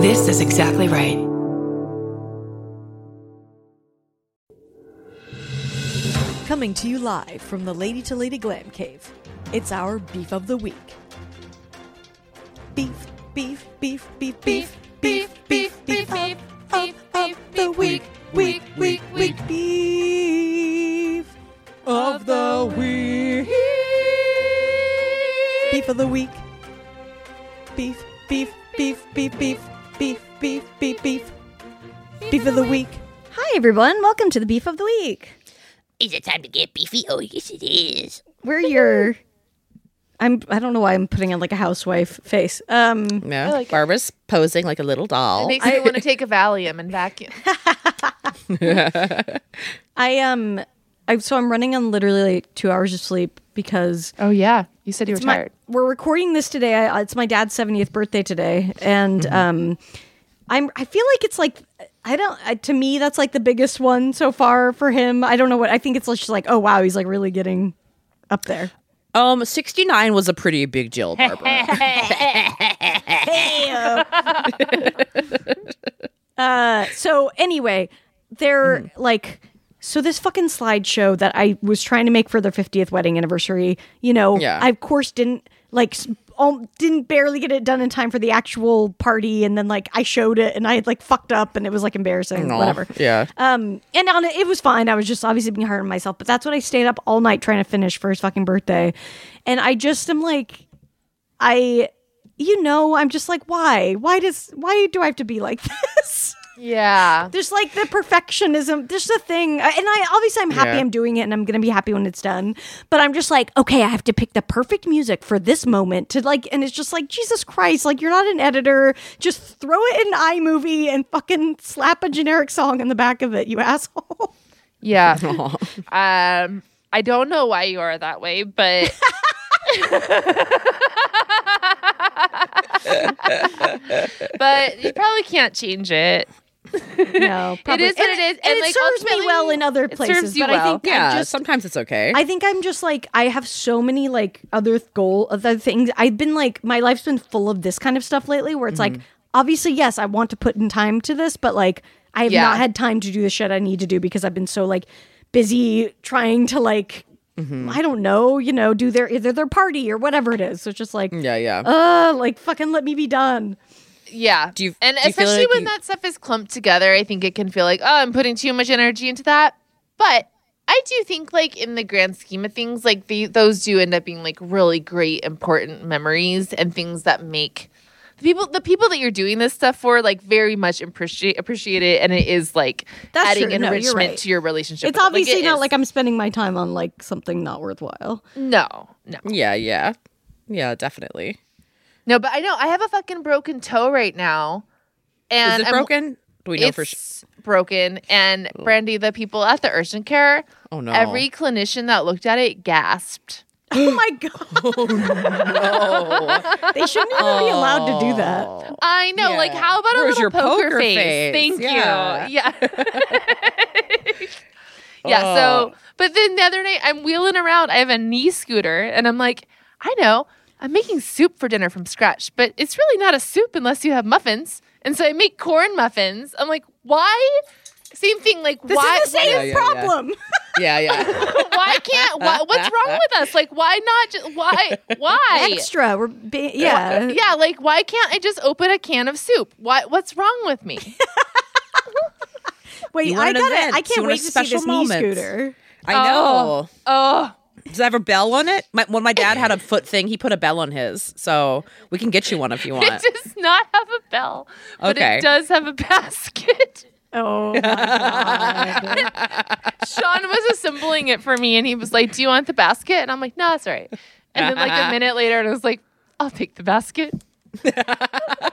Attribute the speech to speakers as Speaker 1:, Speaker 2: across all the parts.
Speaker 1: This is exactly right.
Speaker 2: Coming to you live from the Lady to Lady Glam Cave, it's our Beef of the Week. Beef, beef, beef, beef, beef, beef, beef, beef, beef, beef, of the week, week, week, week, beef of the week. Beef of the week. Beef, beef, beef, beef, beef, beef, beef, beef, beef. Beef of the week.
Speaker 3: Hi, everyone. Welcome to the Beef of the Week.
Speaker 4: Is it time to get beefy? Oh, yes, it is.
Speaker 3: We're your. I'm. I don't know why I'm putting on like a housewife face. Um,
Speaker 5: Yeah, Barbara's posing like a little doll.
Speaker 6: It makes me want to take a Valium and vacuum.
Speaker 3: I um, I so I'm running on literally like two hours of sleep because
Speaker 6: Oh yeah, you said you were
Speaker 3: my-
Speaker 6: tired.
Speaker 3: we're recording this today. I, it's my dad's 70th birthday today, and
Speaker 4: Mm-hmm.
Speaker 3: um, I'm. I feel like it's like I don't. I, to me, that's like the biggest one so far for him. I don't know what I think. It's just like, oh wow, he's like really getting up there.
Speaker 5: um, sixty nine was a pretty big deal, Barbara.
Speaker 3: Uh, so anyway, they're
Speaker 5: Hmm.
Speaker 3: like, so this fucking slideshow that I was trying to make for their 50th wedding anniversary, you know,
Speaker 5: Yeah.
Speaker 3: I of course didn't like, s- al- didn't barely get it done in time for the actual party. And then like I showed it and I had like fucked up and it was like embarrassing,
Speaker 5: Aw,
Speaker 3: whatever.
Speaker 5: Yeah.
Speaker 3: Um, and on it, it was fine. I was just obviously being hard on myself, but that's what I stayed up all night trying to finish for his fucking birthday. And I just am like, I, you know, I'm just like, why? Why does, why do I have to be like this?
Speaker 6: Yeah,
Speaker 3: There's like the perfectionism. There's the thing, I- and I obviously I'm happy
Speaker 5: Yeah.
Speaker 3: I'm doing it, and I'm gonna be happy when it's done. But I'm just like, okay, I have to pick the perfect music for this moment to like, and it's just like Jesus Christ, like you're not an editor. Just throw it in iMovie and fucking slap a generic song on the back of it, you asshole.
Speaker 6: yeah. um, I don't know why you are that way, but but you probably can't change it.
Speaker 3: No,
Speaker 6: probably- is what
Speaker 3: and,
Speaker 6: it is,
Speaker 3: and
Speaker 6: and,
Speaker 3: it
Speaker 6: like,
Speaker 3: serves me
Speaker 6: ultimately,
Speaker 3: well in other
Speaker 6: it serves
Speaker 3: places.
Speaker 6: you
Speaker 3: but I
Speaker 6: well.
Speaker 3: think I'm
Speaker 5: yeah.
Speaker 3: just
Speaker 5: sometimes it's okay.
Speaker 3: I think I'm just like I have so many like other th- goal other things. I've been like my life's been full of this kind of stuff lately where it's
Speaker 6: Mm-hmm.
Speaker 3: like obviously yes, I want to put in time to this, but like I have
Speaker 6: Yeah.
Speaker 3: not had time to do the shit I need to do because I've been so like busy trying to like
Speaker 6: Mm-hmm.
Speaker 3: I don't know, you know, do their either their party or whatever it is. So it's just like
Speaker 5: yeah, yeah.
Speaker 3: uh like fucking let me be done.
Speaker 6: Yeah.
Speaker 5: Do you-
Speaker 6: and
Speaker 5: do you feel
Speaker 6: especially
Speaker 5: like
Speaker 6: when
Speaker 5: you-
Speaker 6: that stuff is clumped together, I think it can feel like, oh, I'm putting too much energy into that. But I do think, like, in the grand scheme of things, like, the, those do end up being, like, really great, important memories and things that make the people, the people that you're doing this stuff for, like, very much appreciate, appreciate it. And it is, like,
Speaker 3: That's
Speaker 6: adding
Speaker 3: true. No, you're
Speaker 6: enrichment
Speaker 3: right.
Speaker 6: to your relationship.
Speaker 3: It's
Speaker 6: with them.
Speaker 3: obviously
Speaker 6: it
Speaker 3: not
Speaker 6: is-
Speaker 3: like I'm spending my time on like something not worthwhile.
Speaker 6: No, no.
Speaker 5: yeah, yeah, yeah. Definitely.
Speaker 6: No, but I know I have a fucking broken toe right now. And
Speaker 5: is it
Speaker 6: I'm-
Speaker 5: broken? Do we know for sure?
Speaker 6: it's broken. And Brandy, the people at the urgent care,
Speaker 5: Oh no.
Speaker 6: every clinician that looked at it gasped.
Speaker 3: oh my god. they shouldn't even be allowed to do that.
Speaker 6: I know, like,
Speaker 5: Yeah.
Speaker 6: how about
Speaker 5: Where's
Speaker 6: a
Speaker 5: your
Speaker 6: little poker,
Speaker 5: poker face?
Speaker 6: face? Thank
Speaker 5: Yeah.
Speaker 6: you. Yeah. yeah.
Speaker 5: Oh.
Speaker 6: So, but then the other night, I'm wheeling around. I have a knee scooter, and I'm like, I know, I'm making soup for dinner from scratch, but it's really not a soup unless you have muffins. And so I make corn muffins. I'm like, why? Same thing. Like,
Speaker 3: This
Speaker 6: why?
Speaker 3: is the same
Speaker 5: Yeah, yeah, yeah.
Speaker 3: problem.
Speaker 5: yeah, yeah.
Speaker 6: why can't why, what's wrong with us like why not just why why
Speaker 3: Extra. We're
Speaker 5: Uh,
Speaker 3: be- yeah.
Speaker 6: yeah like why can't i just open a can of soup why what's wrong with me
Speaker 3: Wait,
Speaker 5: You
Speaker 3: I
Speaker 5: want an
Speaker 3: got it.
Speaker 5: event.
Speaker 3: I
Speaker 5: You
Speaker 3: can't
Speaker 5: want a
Speaker 3: wait to see
Speaker 5: special
Speaker 3: this
Speaker 5: moment.
Speaker 3: knee scooter.
Speaker 5: I know.
Speaker 6: oh
Speaker 5: Does it have a bell on it? My, when my dad had a foot thing, he put a bell on his. So we can get you one if you
Speaker 6: it
Speaker 5: want.
Speaker 6: does not have a bell but
Speaker 5: Okay.
Speaker 6: it does have a basket
Speaker 3: Oh, my God.
Speaker 6: sean was assembling it for me and he was like do you want the basket and i'm like no that's all right and then like a minute later and i was like i'll take the basket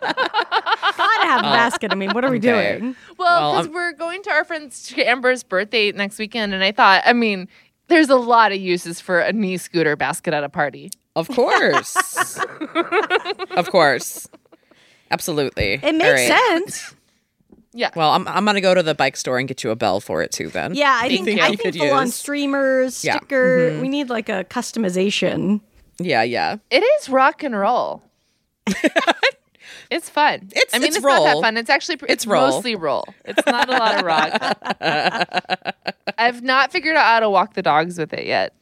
Speaker 3: gotta have a basket. I mean, what are we
Speaker 5: Uh, Okay.
Speaker 3: doing?
Speaker 6: Well, um
Speaker 5: Well,
Speaker 6: because we're going to our friend's Amber's birthday next weekend, and I thought, I mean, there's a lot of uses for a knee scooter basket at a party.
Speaker 5: of course. of course. Absolutely.
Speaker 3: It makes
Speaker 5: All right.
Speaker 3: sense.
Speaker 6: Yeah.
Speaker 5: Well, I'm, I'm gonna go to the bike store and get you a bell for it too. Then.
Speaker 3: Yeah, I think
Speaker 5: you
Speaker 3: I
Speaker 5: could
Speaker 3: think full on
Speaker 5: use.
Speaker 3: streamers,
Speaker 5: Yeah. Mm-hmm.
Speaker 3: sticker. We need like a customization.
Speaker 5: Yeah, yeah.
Speaker 6: It is rock and roll. It's fun.
Speaker 5: It's-
Speaker 6: I mean,
Speaker 5: it's
Speaker 6: it's, not that
Speaker 5: roll.
Speaker 6: fun. It's actually it's,
Speaker 5: It's roll.
Speaker 6: mostly roll. It's not a lot of rock. I've not figured out how to walk the dogs with it yet.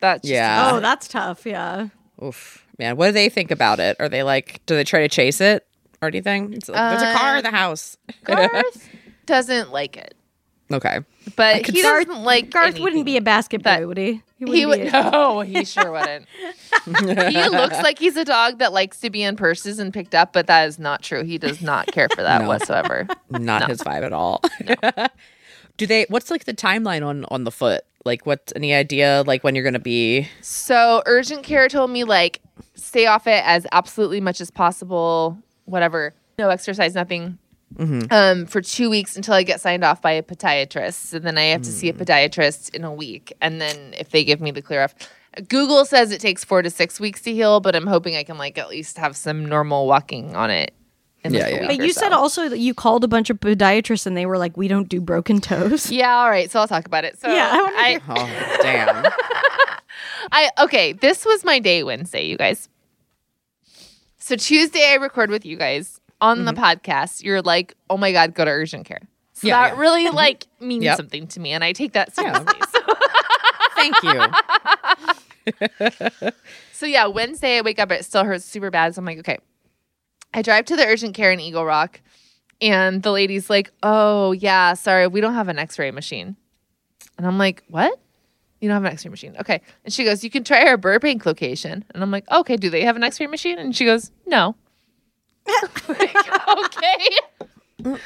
Speaker 6: That's just
Speaker 5: Yeah.
Speaker 3: oh, that's tough. Yeah.
Speaker 5: Oof, man. What do they think about it? Are they like, do they try to chase it or anything? It's like, There's a
Speaker 3: Uh,
Speaker 5: car in the house.
Speaker 6: Garth doesn't like it,
Speaker 5: okay.
Speaker 6: but he
Speaker 3: Garth-
Speaker 6: doesn't like
Speaker 3: Garth wouldn't be a basket boy,
Speaker 6: That-
Speaker 3: would he? He
Speaker 6: He
Speaker 3: wouldn't
Speaker 6: would
Speaker 3: be a-
Speaker 6: no, he sure wouldn't. he looks like he's a dog that likes to be in purses and picked up, but that is not true. He does not care for that
Speaker 5: No.
Speaker 6: whatsoever.
Speaker 5: Not his vibe at all. do they? What's like the timeline on on the foot? Like, what's any idea? Like when you're gonna be?
Speaker 6: So urgent care told me like stay off it as absolutely much as possible, whatever. No exercise, nothing.
Speaker 5: Mm-hmm.
Speaker 6: Um, for two weeks until I get signed off by a podiatrist, and then I have to see a
Speaker 5: Mm.
Speaker 6: podiatrist in a week, and then if they give me the clear off, Google says it takes four to six weeks to heal, but I'm hoping I can like at least have some normal walking on it. In
Speaker 5: Yeah,
Speaker 6: like, a
Speaker 5: yeah.
Speaker 6: week
Speaker 3: But
Speaker 6: or
Speaker 3: you
Speaker 6: so.
Speaker 3: said also that you called a bunch of podiatrists and they were like, "We don't do broken toes."
Speaker 6: yeah, all right. So I'll talk about it. So
Speaker 3: Yeah, I wanna
Speaker 6: I,
Speaker 5: Oh, damn.
Speaker 6: I okay, this was my day Wednesday, you guys. So Tuesday I record with you guys on the podcast. You're like, "Oh my god, go to urgent care." So
Speaker 5: Mm-hmm. Yeah,
Speaker 6: that
Speaker 5: yeah. Mm-hmm.
Speaker 6: really like means
Speaker 5: Yep.
Speaker 6: something to me and I take that
Speaker 5: Yeah.
Speaker 6: seriously. So,
Speaker 5: Thank you.
Speaker 6: so yeah, Wednesday I wake up it still hurts super bad. So I'm like, "Okay." I drive to the urgent care in Eagle Rock and the lady's like, "Oh, yeah, sorry, we don't have an x-ray machine." And I'm like, "What?" you don't have an x-ray machine. Okay. And she goes, you can try our Burbank location. And I'm like, okay, do they have an x-ray machine? And she goes, no. Like, okay.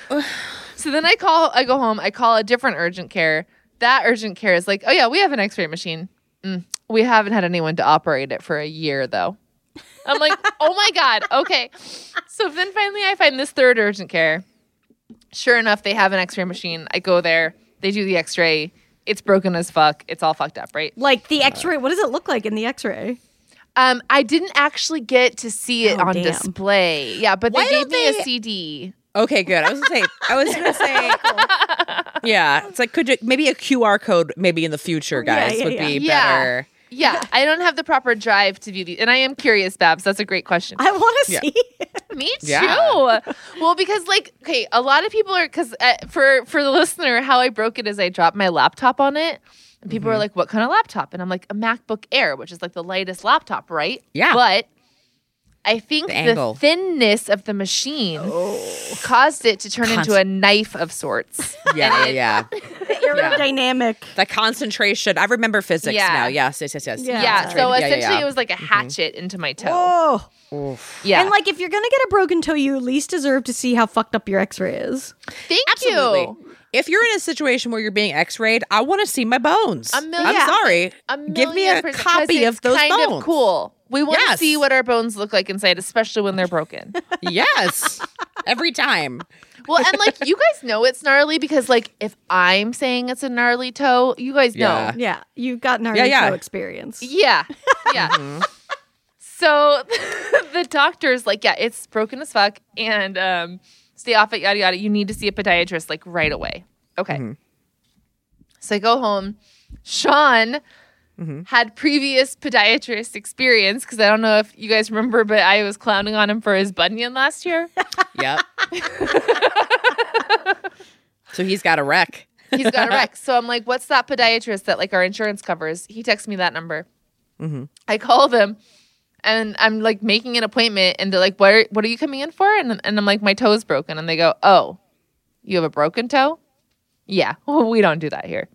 Speaker 6: so then I call, I go home, I call a different urgent care. That urgent care is like, oh yeah, we have an x-ray machine. Mm, we haven't had anyone to operate it for a year though. I'm like, oh my God. Okay. So then finally I find this third urgent care. Sure enough, they have an x-ray machine. I go there, they do the x-ray. It's broken as fuck. It's all fucked up, right?
Speaker 3: Like
Speaker 5: Uh,
Speaker 3: the X-ray. What does it look like in the X-ray?
Speaker 6: Um, I didn't actually get to see it
Speaker 3: Oh,
Speaker 6: on
Speaker 3: damn.
Speaker 6: display. Yeah, but
Speaker 5: Why
Speaker 6: they gave
Speaker 5: don't
Speaker 6: me
Speaker 5: they-
Speaker 6: a CD.
Speaker 5: Okay, good. I was gonna say. I was gonna say. Yeah, it's like could you maybe a QR code maybe in the future,
Speaker 3: Yeah,
Speaker 5: guys,
Speaker 3: yeah,
Speaker 5: would
Speaker 3: yeah.
Speaker 5: be
Speaker 6: Yeah.
Speaker 5: better.
Speaker 6: Yeah, I don't have the proper drive to view these, and I am curious, Babs. That's a great question.
Speaker 3: I want to
Speaker 5: Yeah.
Speaker 3: see. it.
Speaker 6: me too.
Speaker 5: Yeah.
Speaker 6: Well, because like, okay, a lot of people are because uh, for for the listener, how I broke it is I dropped my laptop on it, and people
Speaker 5: Mm-hmm.
Speaker 6: are like, "What kind of laptop?" And I'm like, "A MacBook Air, which is like the lightest laptop, right?"
Speaker 5: Yeah.
Speaker 6: But I think
Speaker 5: The
Speaker 6: the,
Speaker 5: angle. Oh.
Speaker 6: thinness of the machine caused it to turn into a knife of sorts.
Speaker 5: Yeah, yeah, yeah.
Speaker 3: The aerodynamic.
Speaker 5: The concentration. I remember physics
Speaker 6: Yeah.
Speaker 5: now. Yes, yes, yes, yes.
Speaker 3: Yeah.
Speaker 6: Yeah.
Speaker 3: That's
Speaker 6: So
Speaker 5: right. Yeah, yeah,
Speaker 6: essentially,
Speaker 5: yeah. Mm-hmm.
Speaker 6: it was like a hatchet into my toe.
Speaker 3: Oh.
Speaker 6: Yeah.
Speaker 3: And like, if you're gonna get a broken toe, you at least deserve to see how fucked up your X-ray is.
Speaker 6: thank you.
Speaker 5: Absolutely. If you're in a situation where you're being X-rayed, I want to see my bones.
Speaker 6: A million-
Speaker 5: I'm
Speaker 6: Yeah.
Speaker 5: sorry.
Speaker 6: A
Speaker 5: Give me
Speaker 6: million
Speaker 5: a
Speaker 6: percent, 'cause
Speaker 5: copy
Speaker 6: it's
Speaker 5: of those
Speaker 6: kind
Speaker 5: bones.
Speaker 6: Of cool. We want to
Speaker 5: Yes.
Speaker 6: see what our bones look like inside, especially when they're broken.
Speaker 5: Yes. Every time.
Speaker 6: well, and like you guys know it's gnarly because like if I'm saying it's a gnarly toe, you guys know.
Speaker 5: Yeah.
Speaker 3: Yeah, you've got an yeah,
Speaker 5: yeah.
Speaker 3: toe experience.
Speaker 6: Yeah. Yeah. So the doctor's like, yeah, it's broken as fuck, and um, stay off it, yada yada. You need to see a podiatrist like right away. Okay. So I go home. Sean had previous podiatrist experience because I don't know if you guys remember, but I was clowning on him for his bunion last year.
Speaker 5: Yep. so he's got a wreck.
Speaker 6: He's got a wreck. So I'm like, what's that podiatrist that like our insurance covers? He texts me that number. I call them and I'm like making an appointment and they're like, what are, what are you coming in for? And, and I'm like, my toe is broken. And they go, oh, you have a broken toe? Yeah, well, we don't do that here.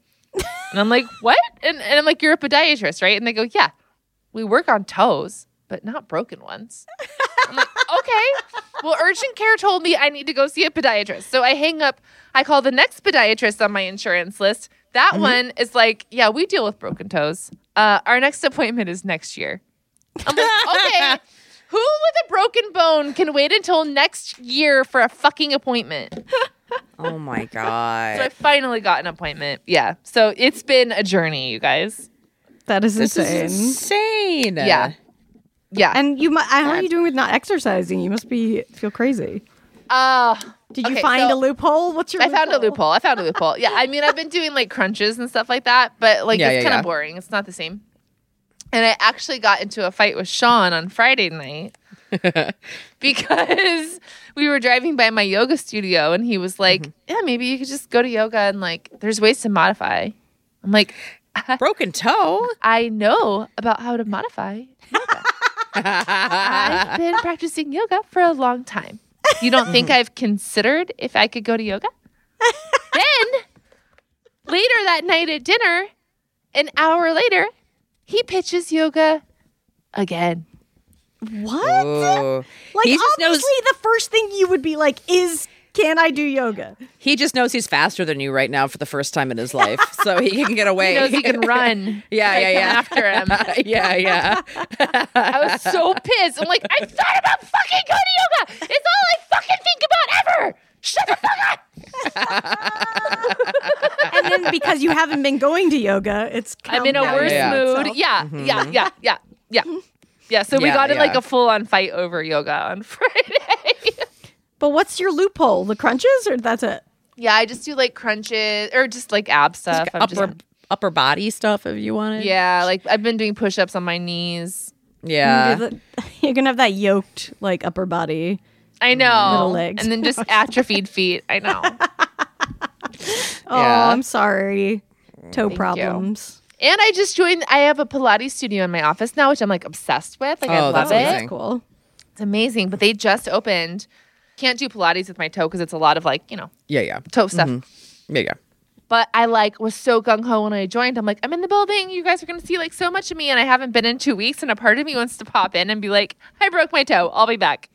Speaker 6: and I'm like, what? And, and I'm like, you're a podiatrist, right? And they go, yeah, we work on toes, but not broken ones. I'm like, okay. Well, urgent care told me I need to go see a podiatrist. So I hang up. I call the next podiatrist on my insurance list. That one is like, yeah, we deal with broken toes. Uh, our next appointment is next year. I'm like, okay. Who with a broken bone can wait until next year for a fucking appointment?
Speaker 5: Oh my
Speaker 6: So I
Speaker 5: god.
Speaker 6: finally got an appointment. Yeah. So it's been a journey, you guys.
Speaker 3: That is
Speaker 5: This
Speaker 3: insane.
Speaker 5: is insane.
Speaker 6: Yeah. Yeah.
Speaker 3: and you, mu- how are you doing with not exercising? You must be feel crazy.
Speaker 6: uh,
Speaker 3: Did you
Speaker 6: Okay,
Speaker 3: find
Speaker 6: so-
Speaker 3: a loophole? What's your?
Speaker 6: I found a loophole. I found a loophole. Yeah, I mean, I've been doing like crunches and stuff like that, but like
Speaker 5: Yeah,
Speaker 6: it's
Speaker 5: yeah,
Speaker 6: kind of
Speaker 5: yeah.
Speaker 6: boring. It's not the same. And I actually got into a fight with Sean on Friday night because we were driving by my yoga studio and he was like,
Speaker 5: Mm-hmm.
Speaker 6: Yeah, maybe you could just go to yoga and like, there's ways to modify. I'm like,
Speaker 5: Broken toe.
Speaker 6: I know about how to modify. I've been practicing yoga for a long time. You don't think
Speaker 5: Mm-hmm.
Speaker 6: I've considered if I could go to yoga? then later that night at dinner, an hour later, he pitches yoga again.
Speaker 3: What?
Speaker 5: Ooh.
Speaker 3: Like
Speaker 5: he just
Speaker 3: obviously,
Speaker 5: knows
Speaker 3: the first thing you would be like is, "Can I do yoga?"
Speaker 5: he just knows he's faster than you right now for the first time in his life, so he can get away.
Speaker 6: He knows he can run.
Speaker 5: yeah,
Speaker 6: I
Speaker 5: yeah,
Speaker 6: come
Speaker 5: yeah.
Speaker 6: After him.
Speaker 5: yeah, yeah.
Speaker 6: I was so pissed. I'm like, I thought about fucking going to yoga. It's all I fucking think about ever. Shut the fuck up.
Speaker 3: And then because you haven't been going to yoga, it's
Speaker 6: I'm in a
Speaker 3: compounded
Speaker 6: worse
Speaker 5: Yeah.
Speaker 6: mood.
Speaker 3: itself.
Speaker 6: Yeah, yeah, yeah, yeah, yeah. Mm-hmm. Yeah, so we
Speaker 5: Yeah,
Speaker 6: got in like
Speaker 5: yeah.
Speaker 6: a full on fight over yoga on Friday.
Speaker 3: But what's your loophole? The crunches, or that's it?
Speaker 6: yeah, I just do like crunches or just like ab stuff. I'm just,
Speaker 5: upper upper body stuff if you want it.
Speaker 6: yeah, like I've been doing push ups on my knees.
Speaker 5: yeah.
Speaker 3: you're, Mm, the- you're gonna have that yoked like upper body.
Speaker 6: I know.
Speaker 3: Little legs.
Speaker 6: And then just atrophied feet. I know.
Speaker 3: Oh,
Speaker 5: Yeah.
Speaker 3: I'm sorry. Toe
Speaker 6: you.
Speaker 3: problems.
Speaker 6: And I just joined, I have a Pilates studio in my office now, which I'm like obsessed with. Like, I
Speaker 5: Oh,
Speaker 6: love
Speaker 5: that's
Speaker 6: it.
Speaker 5: amazing.
Speaker 3: That's cool.
Speaker 6: It's amazing. But they just opened. Can't do Pilates with my toe because it's a lot of like, you know,
Speaker 5: Yeah, yeah.
Speaker 6: toe stuff.
Speaker 5: Yeah, yeah.
Speaker 6: But I like was so gung ho when I joined. I'm like, I'm in the building. You guys are gonna see like so much of me, and I haven't been in two weeks. And a part of me wants to pop in and be like, I broke my toe. I'll be back.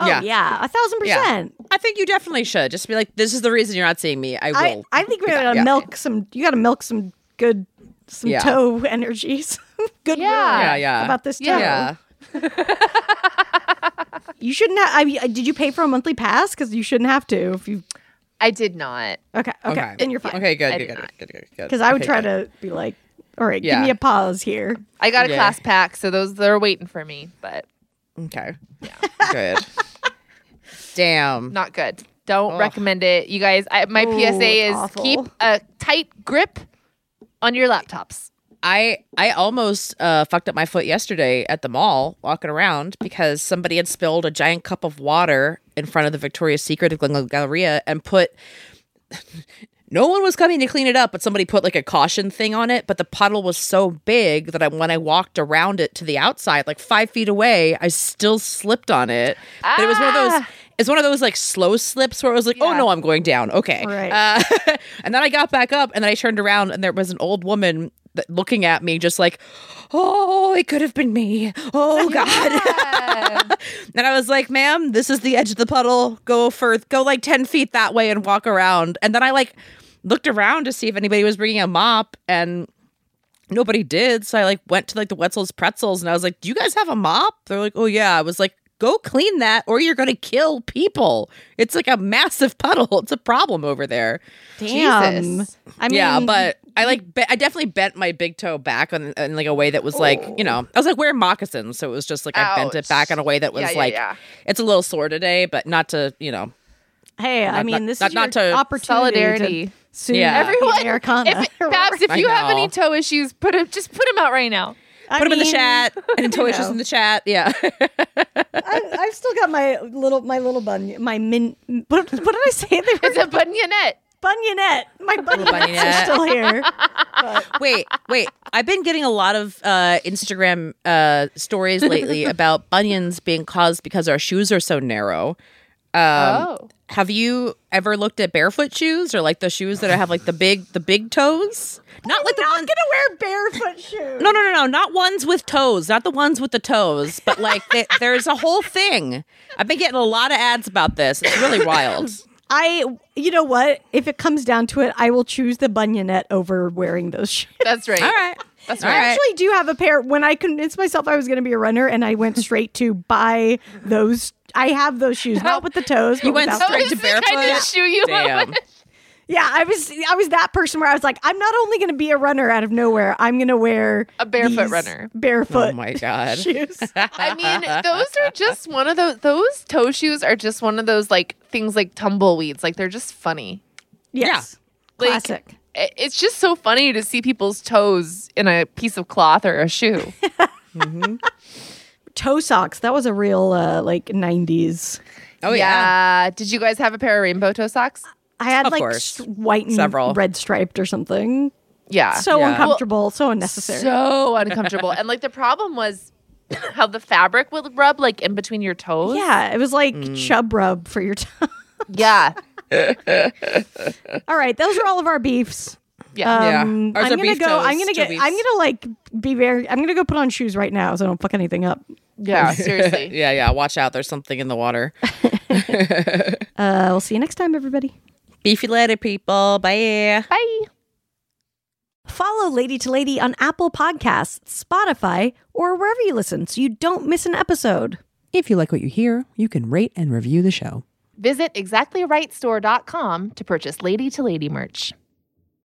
Speaker 3: Oh yeah,
Speaker 5: Yeah.
Speaker 3: a thousand
Speaker 5: Yeah.
Speaker 3: percent.
Speaker 5: I think you definitely should. Just be like, this is the reason you're not seeing me. I
Speaker 3: I,
Speaker 5: will.
Speaker 3: I think we gotta
Speaker 5: Yeah.
Speaker 3: milk some. You gotta milk some good, some
Speaker 5: Yeah.
Speaker 3: toe energies. good
Speaker 6: Yeah.
Speaker 5: yeah, yeah.
Speaker 3: about this toe.
Speaker 6: Yeah.
Speaker 5: yeah.
Speaker 3: You shouldn't have. I mean, did you pay for a monthly pass? Because you shouldn't have to. If you
Speaker 6: I did not.
Speaker 3: okay, okay, then you're fine.
Speaker 5: Okay,
Speaker 6: I
Speaker 5: good, good,
Speaker 6: did
Speaker 5: good,
Speaker 6: not.
Speaker 5: good, good, good.
Speaker 3: Because I would
Speaker 5: Okay,
Speaker 3: try
Speaker 5: good.
Speaker 3: to be like, all right,
Speaker 5: Yeah.
Speaker 3: give me a pause here.
Speaker 6: I got a
Speaker 5: Yeah.
Speaker 6: class pack, so those they're waiting for me, but
Speaker 5: Okay. Yeah. Good. Damn.
Speaker 6: not good. Don't
Speaker 5: Ugh.
Speaker 6: recommend it, you guys. I, my
Speaker 3: Ooh,
Speaker 6: PSA is
Speaker 3: it's awful.
Speaker 6: keep a tight grip on your laptops.
Speaker 5: I I almost uh, fucked up my foot yesterday at the mall walking around because somebody had spilled a giant cup of water in front of the Victoria's Secret of Glen Galleria and put. No one was coming to clean it up, but somebody put like a caution thing on it. But the puddle was so big that I, when I walked around it to the outside, like five feet away, I still slipped on it. But it was one of those.
Speaker 6: Ah.
Speaker 5: It's one of those like slow slips where it was like, oh
Speaker 6: Yeah.
Speaker 5: no, I'm going down. Okay,
Speaker 3: Right.
Speaker 5: uh, and then I got back up and then I turned around and there was an old woman that, looking at me just like, oh, it could have been me. Oh, God.
Speaker 6: Yeah.
Speaker 5: and I was like, ma'am, this is the edge of the puddle. Go for, go like 10 feet that way and walk around. And then I like looked around to see if anybody was bringing a mop and nobody did. So I like went to like the Wetzel's Pretzels and I was like, do you guys have a mop? They're like, oh, yeah. I was like, Go clean that, or you're going to kill people. It's like a massive puddle. It's a problem over there
Speaker 3: Damn.
Speaker 6: Jesus.
Speaker 3: Um, I mean,
Speaker 5: yeah, but I like be- I definitely bent my big toe back on in like a way that was like you know I was like wearing moccasins, so it was just like I bent
Speaker 6: Ouch.
Speaker 5: it back in a way that was
Speaker 6: Yeah, yeah,
Speaker 5: like
Speaker 6: yeah.
Speaker 5: it's a little sore today, but not to you know
Speaker 3: hey, I
Speaker 5: not-
Speaker 3: mean,
Speaker 5: not-
Speaker 3: this
Speaker 5: not-
Speaker 3: is
Speaker 5: not
Speaker 3: your
Speaker 5: to-
Speaker 3: opportunity
Speaker 6: Solidarity.
Speaker 3: to sue
Speaker 5: Yeah.
Speaker 3: the
Speaker 6: Everyone,
Speaker 3: Americana.
Speaker 6: If, Babs, if
Speaker 5: I
Speaker 6: you have any
Speaker 5: know.
Speaker 6: toe issues, put 'em- just put them out right now.
Speaker 3: I
Speaker 5: put them in
Speaker 3: mean,
Speaker 5: the chat and toys just in the chat. Yeah,
Speaker 3: I, I've still got my little, my little bun, my min. What, what did I say? They were
Speaker 6: It's a bunionette.
Speaker 3: bunionette. My bunionettes
Speaker 5: bunionette.
Speaker 3: are still here.
Speaker 5: wait, wait. I've been getting a lot of uh, Instagram uh, stories lately about bunions being caused because our shoes are so narrow. Um,
Speaker 6: oh.
Speaker 5: Have you ever looked at barefoot shoes or like the shoes that have like the big the big toes? Not like the
Speaker 3: not
Speaker 5: ones-
Speaker 3: gonna wear barefoot shoes.
Speaker 5: No, no, no, no, not ones with toes, not the ones with the toes, but like th- there's a whole thing. I've been getting a lot of ads about this. It's really wild.
Speaker 3: I, you know what? If it comes down to it, I will choose the bunionette over wearing those shoes.
Speaker 6: That's right.
Speaker 5: All right.
Speaker 6: That's
Speaker 5: All
Speaker 6: right.
Speaker 5: right.
Speaker 3: I actually do have a pair. When I convinced myself I was going to be a runner, and I went straight to buy those. I have those shoes, not with the toes. But
Speaker 5: You went
Speaker 3: without
Speaker 6: That
Speaker 5: straight
Speaker 6: was
Speaker 5: to
Speaker 6: the kind
Speaker 5: barefoot?
Speaker 6: of shoe you
Speaker 5: Damn.
Speaker 6: went with.
Speaker 3: Yeah, I was I was that person where I was like, I'm not only going to be a runner out of nowhere, I'm going to wear
Speaker 6: A barefoot
Speaker 3: these
Speaker 6: runner.
Speaker 3: barefoot.
Speaker 5: Oh my God.
Speaker 3: Shoes.
Speaker 6: I mean, those are just one of those. Those toe shoes are just one of those like things like tumbleweeds. Like they're just funny.
Speaker 3: Yes.
Speaker 6: Like-
Speaker 3: Classic.
Speaker 6: I- It's just so funny to see people's toes in a piece of cloth or a shoe.
Speaker 3: toe socks. That was a real uh, like '90s.
Speaker 5: Oh yeah.
Speaker 6: Did you guys have a pair of rainbow toe socks?
Speaker 3: I had
Speaker 5: Of
Speaker 3: like
Speaker 5: course.
Speaker 3: s- white and
Speaker 5: Several.
Speaker 3: red striped or something.
Speaker 6: Yeah.
Speaker 3: So
Speaker 5: Yeah.
Speaker 3: uncomfortable, so unnecessary.
Speaker 6: so uncomfortable. and like the problem was how the fabric would rub like in between your toes.
Speaker 3: yeah, it was like
Speaker 5: Mm.
Speaker 3: chub rub for your toe.
Speaker 6: Yeah.
Speaker 3: all right, those are all of our beefs.
Speaker 6: Yeah.
Speaker 5: Yeah.
Speaker 3: Um,
Speaker 5: Ours
Speaker 3: I'm
Speaker 5: are
Speaker 3: gonna
Speaker 5: beef
Speaker 3: go. I'm
Speaker 5: toes,
Speaker 3: gonna get.
Speaker 5: toe
Speaker 3: I'm
Speaker 5: beefs.
Speaker 3: gonna like be very. I'm gonna go put on shoes right now so I don't fuck anything up.
Speaker 6: yeah. Seriously.
Speaker 5: yeah, yeah. Watch out. There's something in the water.
Speaker 3: Uh, we'll see you next time, everybody.
Speaker 5: Beefy letter people. Bye.
Speaker 6: Bye.
Speaker 3: Follow Lady to Lady on Apple Podcasts, Spotify, or wherever you listen so you don't miss an episode.
Speaker 2: If you like what you hear, you can rate and review the show.
Speaker 6: Visit exactlyrightstore.com to purchase Lady to Lady merch.